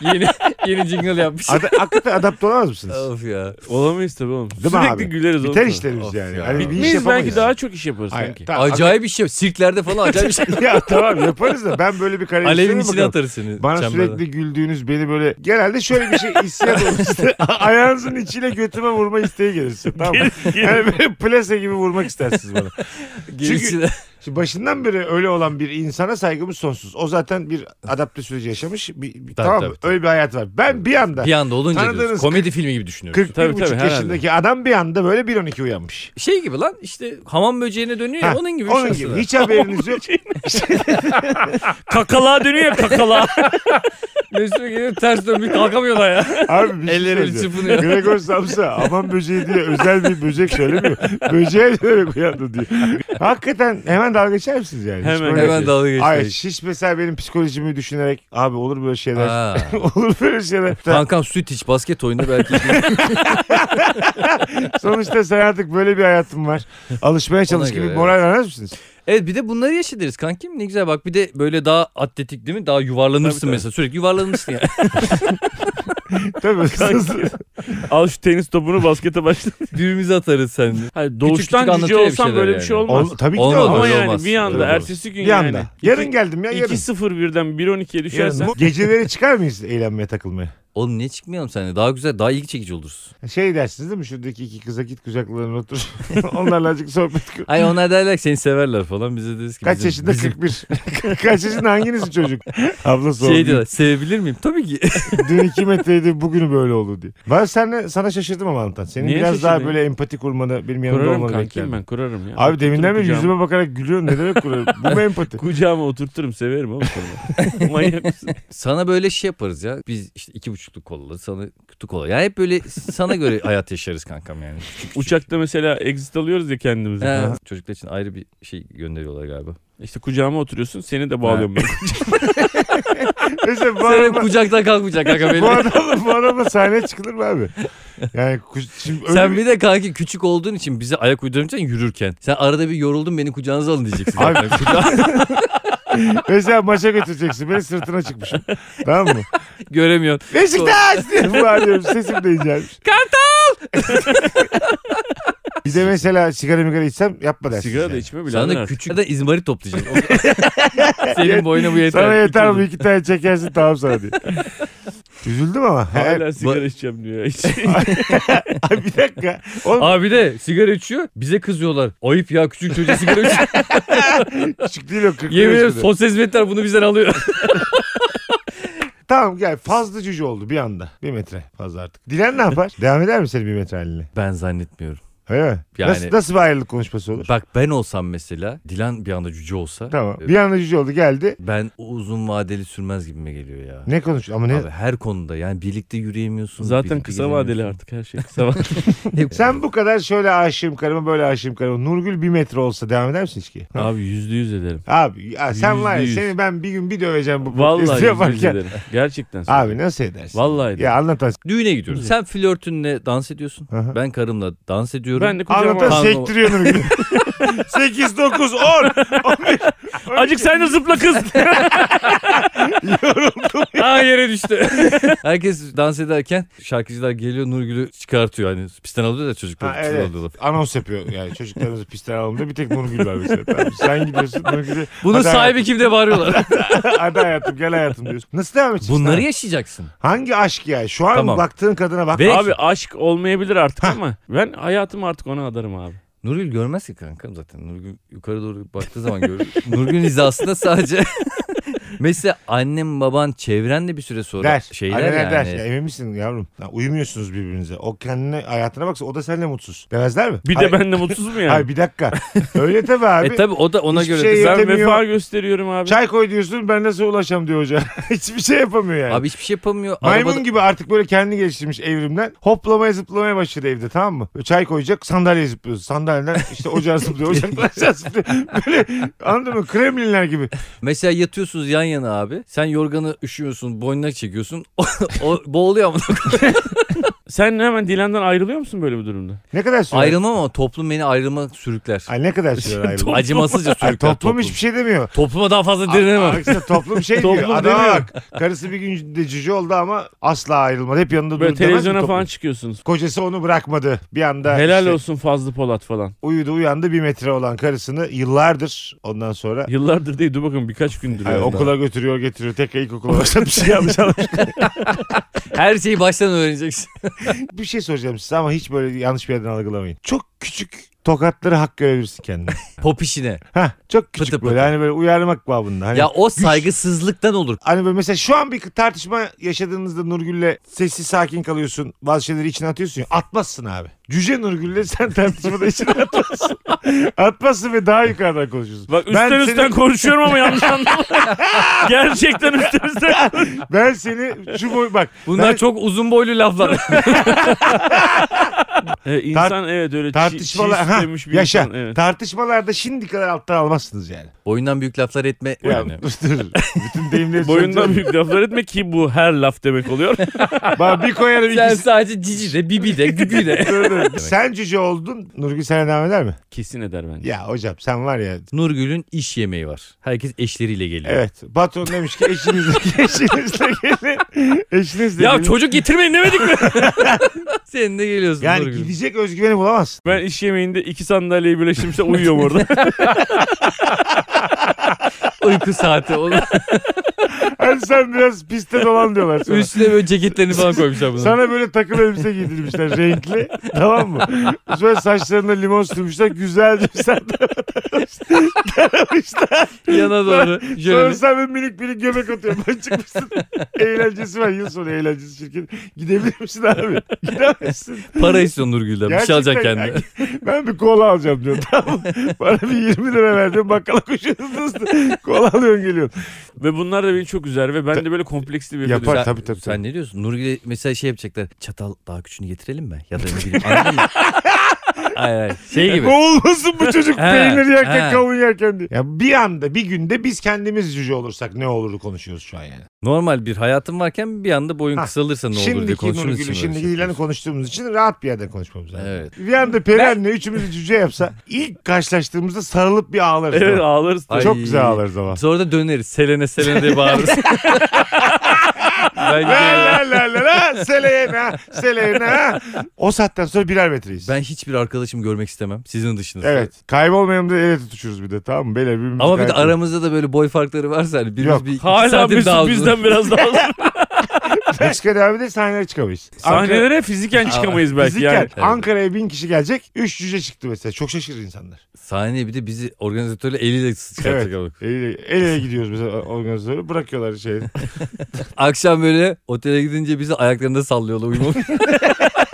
Speaker 3: yeni yeni jingle yapmış.
Speaker 1: ada- hakikaten adapte olamaz mısınız?
Speaker 3: of ya.
Speaker 2: Olamayız tabii oğlum.
Speaker 1: mi
Speaker 2: Sürekli
Speaker 1: abi?
Speaker 2: güleriz oğlum.
Speaker 1: Biter işlerimiz
Speaker 3: Of
Speaker 1: yani.
Speaker 3: ya.
Speaker 1: Hani bir iş
Speaker 2: Biz belki
Speaker 1: yapamayız.
Speaker 2: daha çok iş yaparız
Speaker 1: Hayır,
Speaker 2: sanki.
Speaker 1: tamam,
Speaker 3: Acayip bir şey. Sirklerde falan acayip bir şey.
Speaker 1: ya tamam yaparız da ben böyle bir kare
Speaker 3: Alevin
Speaker 1: çizerim
Speaker 3: içine
Speaker 1: bakalım.
Speaker 3: atarız seni.
Speaker 1: Bana
Speaker 3: çemberden.
Speaker 1: sürekli güldüğünüz beni böyle genelde şöyle bir şey hissiyat olmuştu. Ayağınızın içiyle götüme vurma isteği gelirsin. Tamam. mı? yani böyle plase gibi vurmak istersiniz bana.
Speaker 3: Gerisi-
Speaker 1: Şimdi başından beri öyle olan bir insana saygımız sonsuz. O zaten bir adapte süreci yaşamış. Bir, bir-
Speaker 3: Tabii,
Speaker 1: tamam mı?
Speaker 3: tabii, tabii.
Speaker 1: öyle bir hayat var. Ben bir anda
Speaker 3: bir anda olunca diyorsun.
Speaker 1: Tanıdığınız
Speaker 3: Komedi filmi gibi düşünüyorum.
Speaker 1: 41
Speaker 2: Tabii,
Speaker 1: buçuk
Speaker 2: tabii, herhalde.
Speaker 1: yaşındaki adam bir anda böyle 1.12 uyanmış.
Speaker 3: Şey gibi lan işte hamam böceğine dönüyor
Speaker 2: E,
Speaker 3: ya
Speaker 1: Ha,
Speaker 3: onun gibi. bir şey
Speaker 1: Onun gibi.
Speaker 3: aslında.
Speaker 1: Hiç haberiniz yok.
Speaker 2: Kakala dönüyor kakala.
Speaker 3: Mesut geliyor ters dönmüş kalkamıyorlar ya.
Speaker 1: Abi bir şey
Speaker 3: Elleri
Speaker 1: söyleyeceğim.
Speaker 3: çırpınıyor.
Speaker 1: Gregor Samsa aman böceği diye özel bir böcek söylemiyor. Böceğe dönerek uyandı diyor. Hakikaten hemen dalga geçer misiniz yani? Hiç
Speaker 2: Hemen,
Speaker 1: böyle-
Speaker 3: Hemen dalga
Speaker 1: Ay
Speaker 3: geçti.
Speaker 1: hiç mesela benim psikolojimi düşünerek abi olur böyle şeyler.
Speaker 3: Aa,
Speaker 1: olur böyle şeyler.
Speaker 3: Kankam süt iç basket oyunda belki.
Speaker 1: Sonuçta sen artık böyle bir hayatın var. Alışmaya çalış
Speaker 3: Ona
Speaker 1: gibi
Speaker 3: göre,
Speaker 1: moral vermez misiniz?
Speaker 3: evet bir de bunları yaşadırız kankim ne güzel bak bir de böyle daha atletik değil mi? Daha yuvarlanırsın
Speaker 2: Tabii, tabii.
Speaker 3: mesela sürekli yuvarlanırsın ya.
Speaker 1: Tabii. Hızlı-
Speaker 2: Al şu tenis topunu baskete başla.
Speaker 3: Birbirimize atarız sen de.
Speaker 2: Hayır, doğuştan
Speaker 3: küçük
Speaker 2: cüce
Speaker 3: anlatıyor ya bir
Speaker 2: olsam böyle
Speaker 3: şeyler
Speaker 2: bir şey
Speaker 3: yani.
Speaker 2: olmaz.
Speaker 1: Ol- tabii ki de
Speaker 3: Olmaz,
Speaker 1: olmaz.
Speaker 2: Ama
Speaker 3: öyle
Speaker 2: yani
Speaker 3: olmaz.
Speaker 2: bir anda
Speaker 1: Öyle olmaz.
Speaker 2: ertesi gün
Speaker 1: Bir
Speaker 2: yani.
Speaker 1: anda. Yarın geldim ya yarın.
Speaker 2: 2-0-1'den 1-12'ye düşersen.
Speaker 1: Yarın. Geceleri çıkar mıyız eğlenmeye takılmaya?
Speaker 3: Oğlum niye çıkmayalım seninle? Daha güzel, daha ilgi çekici oluruz.
Speaker 1: Şey dersiniz değil mi? Şuradaki iki kıza git kucaklarına otur. Onlarla azıcık sohbet kur.
Speaker 3: Ay onlar derler ki seni severler falan. Biz de deriz ki.
Speaker 1: Kaç
Speaker 3: bizim-
Speaker 1: yaşında?
Speaker 3: bizim-
Speaker 1: 41. Kaç yaşında hanginizin çocuk? Abla sordu.
Speaker 3: Şey diyorlar sevebilir miyim? Tabii ki.
Speaker 1: Dün 2 metreydi bugünü böyle oldu diye. Ben seninle, sana şaşırdım ama Antan. Senin
Speaker 2: Niye
Speaker 1: biraz daha
Speaker 2: şaşırdın
Speaker 1: böyle empati kurmanı benim yanımda
Speaker 2: Kurarım
Speaker 1: olmanı
Speaker 2: kankim
Speaker 1: beklerdim.
Speaker 2: ben kurarım ya.
Speaker 1: Abi deminden beri
Speaker 2: Oturup
Speaker 1: yüzüme bakarak gülüyorsun. Ne demek kuruyorum? Bu mu empati?
Speaker 2: Kucağıma oturturum severim oğlum seni. Manyak mısın?
Speaker 3: Sana böyle şey yaparız ya. Biz işte iki buçukluk kolaları sana kutu kola. Yani hep böyle sana göre hayat yaşarız kankam yani.
Speaker 2: Uçakta mesela exit alıyoruz ya kendimize.
Speaker 3: He. Çocuklar için ayrı bir şey gönderiyorlar galiba.
Speaker 2: İşte kucağıma oturuyorsun seni de bağlıyorum ben.
Speaker 1: Mesela bu
Speaker 3: Sen hep
Speaker 1: adamla,
Speaker 3: kucaktan kalkmayacak kanka
Speaker 1: bu
Speaker 3: belli.
Speaker 1: adamla, bu adamla sahneye çıkılır mı abi? Yani kuş- şimdi öyle
Speaker 3: Sen
Speaker 1: bir-
Speaker 3: bir de kanki küçük olduğun için bize ayak uyduramayacaksın yürürken. Sen arada bir yoruldun beni kucağınıza alın diyeceksin.
Speaker 1: Abi-
Speaker 3: Abi. Kucağı
Speaker 1: mesela maça götüreceksin. Beni sırtına çıkmışım. Tamam mı?
Speaker 3: göremiyorsun.
Speaker 1: Beşiktaş diye bağırıyorum. Sesim de incelmiş. Kartal! bir de mesela sigara migara içsem yapma dersin.
Speaker 2: Sigara da
Speaker 1: yani.
Speaker 2: içme bile.
Speaker 3: şey. Sana
Speaker 2: Sana
Speaker 3: küçük de izmarit toplayacaksın. Senin boyuna bu yeter.
Speaker 1: Sana yeter
Speaker 3: Küçük.
Speaker 1: mi? iki tane çekersin tamam sana diye. Üzüldüm ama.
Speaker 2: Hala sigara içeceğim diyor. Hiç.
Speaker 1: Ay, bir dakika. Oğlum
Speaker 3: Abi de sigara içiyor. Bize kızıyorlar. Ayıp ya küçük çocuğa sigara içiyor.
Speaker 1: küçük değil o. 40
Speaker 3: Yemin
Speaker 1: yaşında.
Speaker 3: ediyorum sosyal hizmetler bunu bizden alıyor.
Speaker 1: Tamam gel fazla cüce oldu bir anda. Bir metre fazla artık. Dilen ne yapar? Devam eder mi senin bir metre haline?
Speaker 3: Ben zannetmiyorum.
Speaker 1: Öyle mi?
Speaker 3: Yani-
Speaker 1: Nasıl, nasıl bir ayrılık konuşması olur?
Speaker 3: Bak ben olsam mesela Dilan bir anda cüce olsa.
Speaker 1: Tamam. Bir anda cüce oldu geldi.
Speaker 3: Ben o uzun vadeli sürmez gibime geliyor ya.
Speaker 1: Ne konuş? Ama ne?
Speaker 3: Abi her konuda yani birlikte yürüyemiyorsun.
Speaker 2: Zaten
Speaker 3: birlikte
Speaker 2: kısa vadeli
Speaker 3: gelemiyorsun.
Speaker 2: artık her şey kısa vadeli.
Speaker 3: Hep-
Speaker 1: Sen bu kadar şöyle aşığım karıma böyle aşığım karıma. Nurgül bir metre olsa devam eder misin hiç ki? Ha?
Speaker 2: Abi yüzde yüz ederim.
Speaker 1: Abi ya sen var ya
Speaker 2: Yüzde yüz.
Speaker 1: seni ben bir gün bir döveceğim bu
Speaker 2: Vallahi
Speaker 1: podcast'i
Speaker 2: yüzde yüz
Speaker 1: yaparken.
Speaker 2: ederim. Gerçekten.
Speaker 1: Abi nasıl edersin?
Speaker 2: Vallahi ederim.
Speaker 1: Ya anlatan.
Speaker 3: Düğüne gidiyoruz. Sen flörtünle dans ediyorsun.
Speaker 1: Aha.
Speaker 3: Ben karımla dans ediyorum.
Speaker 2: Ben de kucağıma
Speaker 1: Anlatan
Speaker 3: Tamam.
Speaker 1: sektiriyor Nurgül. 8, 9, 10.
Speaker 2: Acık sen de zıpla kız.
Speaker 3: Aa yere düştü. Herkes dans ederken şarkıcılar geliyor Nurgül'ü çıkartıyor. Hani pistten alıyor da çocuklar.
Speaker 1: Ha,
Speaker 3: pistten
Speaker 1: evet.
Speaker 3: alıyorlar.
Speaker 1: Anons yapıyor yani çocuklarımızı pistten alalım diye bir tek Nurgül var mesela. Tamam, sen gidiyorsun Nurgül'e
Speaker 3: Bunun
Speaker 1: Hadi
Speaker 3: sahibi kim diye bağırıyorlar.
Speaker 1: hadi hayatım gel hayatım diyorsun. Nasıl devam edeceksin?
Speaker 3: Bunları
Speaker 1: abi?
Speaker 3: yaşayacaksın.
Speaker 1: Hangi aşk ya? Şu an
Speaker 3: Tamam.
Speaker 1: baktığın kadına bak.
Speaker 3: Ve- Peki.
Speaker 2: Abi aşk olmayabilir artık ama ben hayatımı artık ona adarım abi.
Speaker 3: Nurgül görmez ki kankam zaten. Nurgül yukarı doğru baktığı zaman görür. Nurgül'ün hizasında sadece... Mesela annem baban çevren de bir süre sonra
Speaker 1: der.
Speaker 3: şeyler
Speaker 1: Anneler
Speaker 3: yani. hani
Speaker 1: der. Ya, emin misin yavrum? Ya, uyumuyorsunuz birbirinize. O kendine hayatına baksa o da seninle mutsuz. Demezler mi?
Speaker 2: Bir
Speaker 1: Hayır-
Speaker 2: de ben de mutsuz mu yani?
Speaker 1: Hayır bir dakika. Öyle tabii abi.
Speaker 3: E tabi o da ona
Speaker 1: Hiçbir
Speaker 3: göre
Speaker 1: şey
Speaker 3: de-
Speaker 2: ben
Speaker 1: yetemiyor.
Speaker 2: vefa gösteriyorum abi.
Speaker 1: Çay koy diyorsun ben nasıl ulaşam diyor hoca. Hiçbir şey yapamıyor yani.
Speaker 3: Abi hiçbir şey yapamıyor.
Speaker 1: Maymun
Speaker 3: Arabada...
Speaker 1: gibi artık böyle kendini geliştirmiş evrimden. Hoplamaya zıplamaya başladı evde tamam mı? Böyle Çay koyacak sandalyeye zıplıyorsun. Sandalyeden işte ocağa zıplıyor. Ocaktan aşağı zıplıyor. Böyle anladın mı? Kremlinler gibi.
Speaker 3: Mesela yatıyorsunuz yan yana abi. Sen yorganı üşüyorsun, boynuna çekiyorsun. o, o boğuluyor ama.
Speaker 2: Sen hemen Dilan'dan ayrılıyor musun böyle bir durumda?
Speaker 1: Ne kadar sürer?
Speaker 3: Ayrılmam ama toplum beni ayrılma sürükler.
Speaker 1: Ay ne kadar sürer ayrılma?
Speaker 2: Toplum-
Speaker 3: Acımasızca
Speaker 1: Ay,
Speaker 3: sürükler.
Speaker 1: toplum,
Speaker 3: toplum.
Speaker 1: hiçbir şey demiyor.
Speaker 3: Topluma daha fazla
Speaker 1: A-
Speaker 3: direnemem.
Speaker 1: aksine toplum şey diyor.
Speaker 2: Toplum
Speaker 1: Adama
Speaker 2: demiyor.
Speaker 1: bak. Karısı bir gün de cüce oldu ama asla ayrılmadı. Hep yanında durdu
Speaker 2: Böyle
Speaker 1: demez mi
Speaker 2: televizyona
Speaker 1: toplum?
Speaker 2: falan çıkıyorsunuz.
Speaker 1: Kocası onu bırakmadı. Bir anda
Speaker 2: Helal
Speaker 1: işte
Speaker 2: olsun Fazlı Polat falan.
Speaker 1: uyudu uyandı bir metre olan karısını yıllardır ondan sonra
Speaker 2: Yıllardır değil dur bakın birkaç gündür.
Speaker 1: Ay,
Speaker 2: yani.
Speaker 1: okula götürüyor getiriyor. Tekrar ilkokula başladı bir şey yanlış anlamış.
Speaker 3: Her şeyi baştan öğreneceksin.
Speaker 1: bir şey soracağım size ama hiç böyle yanlış bir yerden algılamayın. Çok küçük tokatları hak görebilirsin kendine.
Speaker 3: Pop işine.
Speaker 1: Hah, çok küçük
Speaker 3: Pıtı
Speaker 1: böyle
Speaker 3: pıtı.
Speaker 1: hani böyle uyarmak babında. Hani,
Speaker 3: Ya o saygısızlıktan olur.
Speaker 1: hani böyle mesela şu an bir tartışma yaşadığınızda Nurgül'le sessiz sakin kalıyorsun. Bazı şeyleri içine atıyorsun ya. Atmazsın abi. Cüce Nurgül'le sen tartışmada içine atmazsın. atmazsın ve daha yukarıdan konuşuyorsun.
Speaker 2: Bak
Speaker 1: Ben
Speaker 2: üstten
Speaker 1: seni-
Speaker 2: üstten konuşuyorum ama yanlış anlama. Gerçekten üstten üstten.
Speaker 1: Ben seni şu boy bak.
Speaker 3: Bunlar
Speaker 1: ben-
Speaker 3: çok uzun boylu laflar.
Speaker 2: Ee, insan evet öyle tartışmalar, çiğ,
Speaker 1: Tartışmalar,
Speaker 2: çiğ süt
Speaker 1: ha,
Speaker 2: demiş bir
Speaker 1: yaşa.
Speaker 2: insan. Evet.
Speaker 1: Tartışmalarda şimdi kadar alttan almazsınız yani.
Speaker 3: Boyundan büyük laflar etme.
Speaker 1: Ya,
Speaker 3: oyunu.
Speaker 1: dur, dur. Bütün deyimleri
Speaker 2: Boyundan
Speaker 1: söyleyeceğim.
Speaker 2: büyük laflar etme ki bu her laf demek oluyor.
Speaker 1: Bak bir koyarım
Speaker 3: Sen
Speaker 1: ikisi.
Speaker 3: sadece cici de bibi de gügü de.
Speaker 1: Dur, dur. Sen cüce oldun. Nurgül sana devam eder mi?
Speaker 2: Kesin eder bence.
Speaker 1: Ya hocam sen var ya.
Speaker 3: Nurgül'ün iş yemeği var. Herkes eşleriyle geliyor.
Speaker 1: Evet. Patron demiş ki eşinizle eşinizle gelin. Eşinizle
Speaker 3: Ya
Speaker 1: gelin.
Speaker 3: çocuk getirmeyin demedik mi? Sen de geliyorsun
Speaker 1: Yani
Speaker 3: Nurgül.
Speaker 1: gidecek özgüveni bulamazsın.
Speaker 2: Ben iş yemeğinde iki sandalyeyi birleştirmişse uyuyorum orada.
Speaker 3: Uyku saati. Oğlum.
Speaker 1: Hani sen biraz piste dolan diyorlar sana.
Speaker 3: Üstüne böyle ceketlerini falan koymuşlar bunlar.
Speaker 1: Sana böyle takım elbise giydirmişler renkli. tamam mı? Sonra saçlarına limon sürmüşler. Güzelce sen taramışlar.
Speaker 3: Yana doğru.
Speaker 1: Sonra
Speaker 3: Şöyle.
Speaker 1: sen böyle minik minik göbek atıyorsun. Ben çıkmışsın. eğlencesi var. Yıl sonu eğlencesi şirket. Gidebilir misin abi? Gidemezsin.
Speaker 3: Para istiyor Nurgül'den. Bir şey alacak
Speaker 1: Gerçekten
Speaker 3: kendine.
Speaker 1: Ben bir kola alacağım diyor. Tamam. mı? Bana bir 20 lira verdin bakkala koşuyorsun. Kola alıyorsun geliyorsun.
Speaker 2: ve bunlar da beni çok üzer ve ben de böyle kompleksli bir
Speaker 1: Yapar.
Speaker 2: Yapar.
Speaker 1: Tabii, tabii, tabii.
Speaker 3: Sen ne diyorsun? Nurgül'e mesela şey yapacaklar. Çatal daha küçüğünü getirelim mi? Ya da ne bileyim. anladın mı? Hayır hayır. Şey gibi.
Speaker 1: Ne olmasın bu çocuk
Speaker 3: He,
Speaker 1: peynir yerken
Speaker 3: he.
Speaker 1: kavun yerken diye. Ya bir anda bir günde biz kendimiz cüce olursak ne olurdu konuşuyoruz şu an yani.
Speaker 3: Normal bir hayatın varken bir anda boyun
Speaker 1: Ha,
Speaker 3: kısalırsa ne olur diye
Speaker 1: Şimdiki
Speaker 3: konuşuruz.
Speaker 1: Nurgül'ü şimdiki Dilan'ı konuştuğumuz için rahat bir yerden konuşmamız lazım.
Speaker 3: Evet.
Speaker 1: Bir anda Peren'le üçümüzü cüce yapsa ilk karşılaştığımızda sarılıp bir ağlarız.
Speaker 2: Evet
Speaker 1: ama.
Speaker 2: ağlarız.
Speaker 3: Ay.
Speaker 1: Çok güzel ağlarız ama.
Speaker 3: Sonra da döneriz. Selene selene diye bağırırız. ben,
Speaker 1: La
Speaker 3: gidiyorum.
Speaker 1: la la la la Selena Selena. O saatten sonra birer metreyiz.
Speaker 3: ben hiçbir arkadaşım görmek istemem. Sizin dışınızda.
Speaker 1: Evet. Kaybolmayalım da ele tutuşuruz bir de tamam mı? Beyler birbirimizi
Speaker 3: Ama bir de
Speaker 1: kaybetmeyelim.
Speaker 3: aramızda da böyle boy farkları varsa hani birimiz
Speaker 1: Yok.
Speaker 3: bir iki
Speaker 2: Hala
Speaker 3: santim daha
Speaker 2: Mesut
Speaker 3: uzun.
Speaker 2: bizden biraz daha uzun.
Speaker 1: Meksika derbide sahnelere çıkamayız. Ankara-
Speaker 2: Sahnelere fiziken çıkamayız belki
Speaker 1: Fiziken
Speaker 2: yani.
Speaker 1: Ankara'ya bin kişi gelecek. Üç cüce çıktı mesela. Çok şaşırır insanlar.
Speaker 3: Sahneye bir de bizi organizatörle eliyle
Speaker 1: Evet.
Speaker 3: çıkartacak.
Speaker 1: El el ele gidiyoruz mesela organizatörü. Bırakıyorlar şey.
Speaker 3: Akşam böyle otele gidince bizi ayaklarında sallıyorlar uyumam.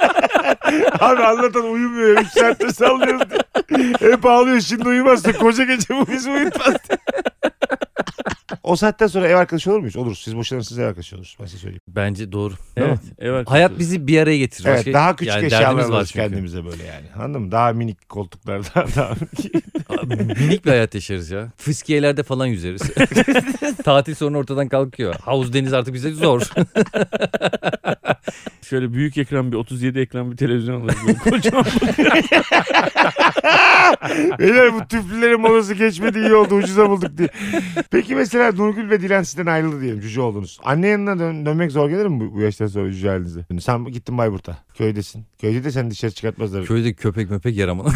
Speaker 1: Abi anlatan uyumuyor. Üç saatte sallıyoruz diye. Hep ağlıyor. Şimdi uyumazsa koca gece bu bizi uyutmaz diye. O saatten sonra ev arkadaşı olur muyuz? Oluruz. Siz boşanırsınız ev arkadaşı oluruz. Ben size söyleyeyim.
Speaker 3: Bence doğru.
Speaker 2: Evet. evet.
Speaker 3: Hayat bizi bir araya getirir.
Speaker 1: Evet
Speaker 3: Başka-
Speaker 1: daha küçük
Speaker 3: yani
Speaker 1: eşyalar
Speaker 3: derdimiz var
Speaker 1: alırız
Speaker 3: çünkü.
Speaker 1: kendimize böyle yani. Anladın mı? Daha minik koltuklarda. Daha...
Speaker 3: Minik bir hayat yaşarız ya. Fıskiyelerde falan yüzeriz. Tatil sonra ortadan kalkıyor. Havuz deniz artık bize zor.
Speaker 2: Şöyle büyük ekran bir 37 ekran bir televizyon alırız. Böyle Kocaman.
Speaker 1: Beyler bu tüplülerin molası geçmedi iyi oldu ucuza bulduk diye. Peki mesela Nurgül ve Dilan sizden ayrıldı diyelim cüce oldunuz. Anne yanına dön- dönmek zor gelir mi bu, bu yaştan sonra cüce halinize? Yani sen gittin Bayburt'a köydesin. Köyde de seni dışarı çıkartmazlar.
Speaker 3: Köyde köpek möpek yaramana.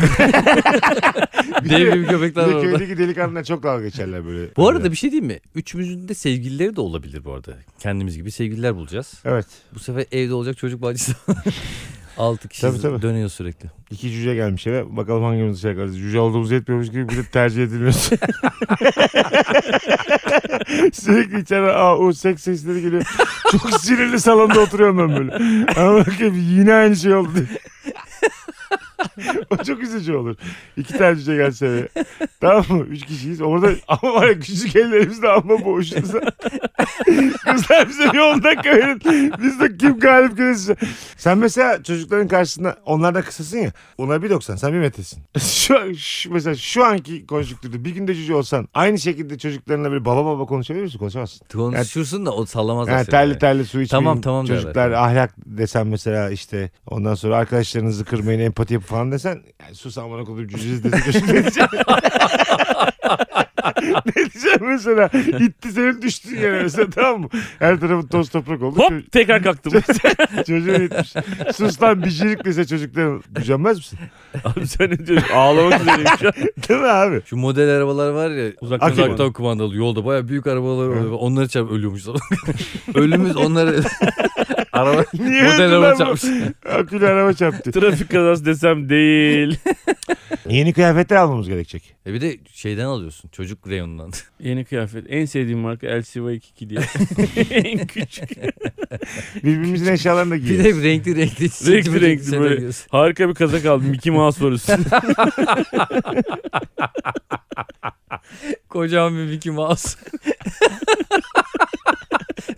Speaker 1: Bir de-
Speaker 3: Dev gibi köpekler
Speaker 1: bir
Speaker 3: var
Speaker 1: de
Speaker 3: orada.
Speaker 1: köydeki delikanlılar çok dalga geçerler böyle.
Speaker 3: Bu arada bir şey diyeyim mi? Üçümüzün de sevgilileri de olabilir bu arada. Kendimiz gibi sevgililer bulacağız.
Speaker 1: Evet.
Speaker 3: Bu sefer evde olacak çocuk bahçesi. Altı kişi
Speaker 1: Tabii, tabii.
Speaker 3: dönüyor sürekli.
Speaker 1: İki cüce gelmiş eve. Bakalım hangimiz dışarı kalacağız. Cüce olduğumuz yetmiyormuş gibi bir de tercih edilmiyoruz. Sürekli içeri aa, o seks sesleri geliyor. Çok sinirli salonda oturuyorum ben böyle. Ama bakayım yine aynı şey oldu diye. o çok üzücü olur. İki tane cüce gelse eve. Tamam mı? Üç kişiyiz. Orada ama var ya küçük ellerimizle ama boğuşursa. Kızlar bize bir on dakika verin. Biz de kim galip gelirse. Sen mesela çocukların karşısında onlar da kısasın ya. Onlar 1.90 sen 1 metresin. Şu, an- şu- mesela şu anki konjüktürde bir günde cüce olsan aynı şekilde çocuklarına böyle baba baba konuşabilir misin? Konuşamazsın.
Speaker 3: Konuşursun da o sallamaz.
Speaker 1: Ha,
Speaker 3: aslında
Speaker 1: terli
Speaker 3: yani.
Speaker 1: terli su içmeyin.
Speaker 3: Tamam, tamam derler.
Speaker 1: Çocuklar ahlak desen mesela işte ondan sonra arkadaşlarınızı kırmayın empati yapın falan desen yani sus amına koyduğum cücüz desen çocuk ne diyecek? ne diyeceğim mesela? İtti senin düştün yere mesela tamam mı? Her tarafın toz toprak oldu.
Speaker 2: Hop tekrar kalktım.
Speaker 1: Ço- Çocuğun yetmiş. Sus lan bicirik dese çocukların gücenmez misin?
Speaker 2: Abi sen ne diyorsun? Ağlamak üzereyim şu an.
Speaker 1: Değil mi abi?
Speaker 3: Şu model arabalar var ya
Speaker 2: Uzaktan
Speaker 1: Akif.
Speaker 3: uzaktan kumandalı yolda baya büyük arabalar
Speaker 1: Hı.
Speaker 3: var. Onları çarp ölüyormuş. Ölümüz onları araba
Speaker 1: Niye
Speaker 3: model
Speaker 1: öldü
Speaker 3: araba
Speaker 1: lan bu?
Speaker 3: çarpmış.
Speaker 1: Akülü araba çarptı.
Speaker 2: Trafik kazası desem değil.
Speaker 1: Yeni kıyafetler almamız gerekecek.
Speaker 3: E bir de şeyden alıyorsun çocuk reyonundan.
Speaker 2: Yeni kıyafet. En sevdiğim marka LCY22 diye. en küçük.
Speaker 1: Birbirimizin eşyalarını da
Speaker 3: bir
Speaker 1: giyiyoruz.
Speaker 3: de renkli renkli. çizgi
Speaker 2: renkli
Speaker 3: çizgi
Speaker 2: böyle.
Speaker 3: alıyorsun.
Speaker 2: Harika bir kazak aldım. Mickey Mouse var üstünde.
Speaker 3: Kocaman bir Mickey Mouse.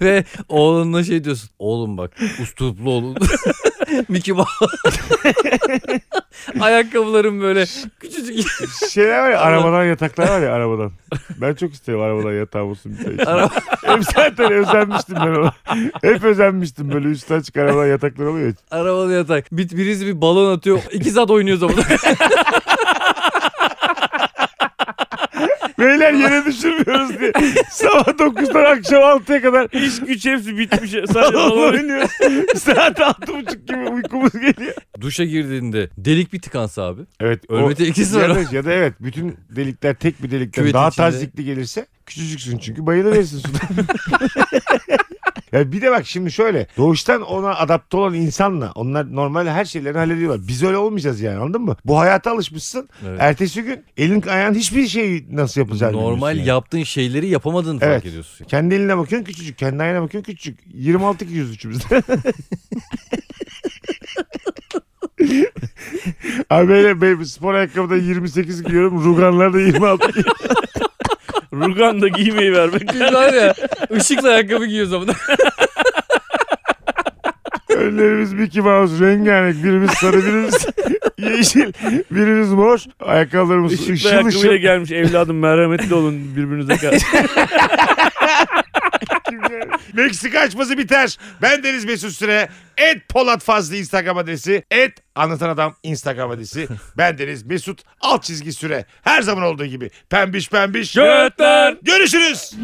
Speaker 3: Ve oğlunla şey diyorsun. Oğlum bak ustuplu olun. Mickey Mouse. Ayakkabılarım böyle küçücük.
Speaker 1: Şeyler var ya arabadan yataklar var ya arabadan. Ben çok isterim arabadan yatağım olsun bir tane. için. Hep zaten özenmiştim ben ona. Hep özenmiştim böyle üstten çık arabadan yataklar oluyor. ya.
Speaker 3: Arabalı yatak. Bir, birisi bir balon atıyor. İki saat oynuyor zaman.
Speaker 1: Beyler yere düşürmüyoruz diye. Sabah 9'dan akşam 6'ya kadar
Speaker 2: İş güç hepsi bitmiş. Sadece
Speaker 1: balon
Speaker 2: balon.
Speaker 1: oynuyoruz. Saat 6.30 gibi uykumuz geliyor.
Speaker 3: Duşa girdiğinde delik bir tıkansa abi.
Speaker 1: Evet. o-
Speaker 3: Ölme tehlikesi
Speaker 1: ya
Speaker 3: var.
Speaker 1: da, ya da evet bütün delikler tek bir delikten
Speaker 3: Küvetin
Speaker 1: daha
Speaker 3: içinde.
Speaker 1: tazikli gelirse küçücüksün çünkü bayılıverirsin suda. Ya bir de bak şimdi şöyle doğuştan ona adapte olan insanla onlar normal her şeylerini hallediyorlar. Biz öyle olmayacağız yani anladın mı? Bu hayata alışmışsın.
Speaker 3: Evet.
Speaker 1: Ertesi gün elin ayağın hiçbir şey nasıl yapılacağını
Speaker 3: Normal
Speaker 1: bilmiyorsun yani.
Speaker 3: yaptığın şeyleri yapamadığını
Speaker 1: Evet.
Speaker 3: fark ediyorsun.
Speaker 1: Kendi eline bakıyorsun küçücük. Kendi ayağına bakıyorsun küçücük. 26 200 üçümüzde. Abi böyle benim spor ayakkabıda 28 giyiyorum. Ruganlarda 26 giyiyorum.
Speaker 2: Rugan da giymeyi vermek.
Speaker 3: Biz var ya ışıkla ayakkabı giyiyoruz ama.
Speaker 1: Önlerimiz Mickey Mouse, rengarenk. Birimiz sarı, birimiz yeşil, birimiz mor. Ayakkabılarımız ışıl
Speaker 2: Işıklı
Speaker 1: ışıl.
Speaker 2: ayakkabıyla gelmiş. Evladım merhametli olun birbirinize karşı.
Speaker 1: Meksika açması biter. Ben Deniz Mesut Süre. Et Polat Fazlı Instagram adresi. Et Anlatan Adam Instagram adresi. Ben Deniz Mesut alt çizgi Süre. Her zaman olduğu gibi. Pembiş pembiş.
Speaker 2: Götler.
Speaker 1: Görüşürüz.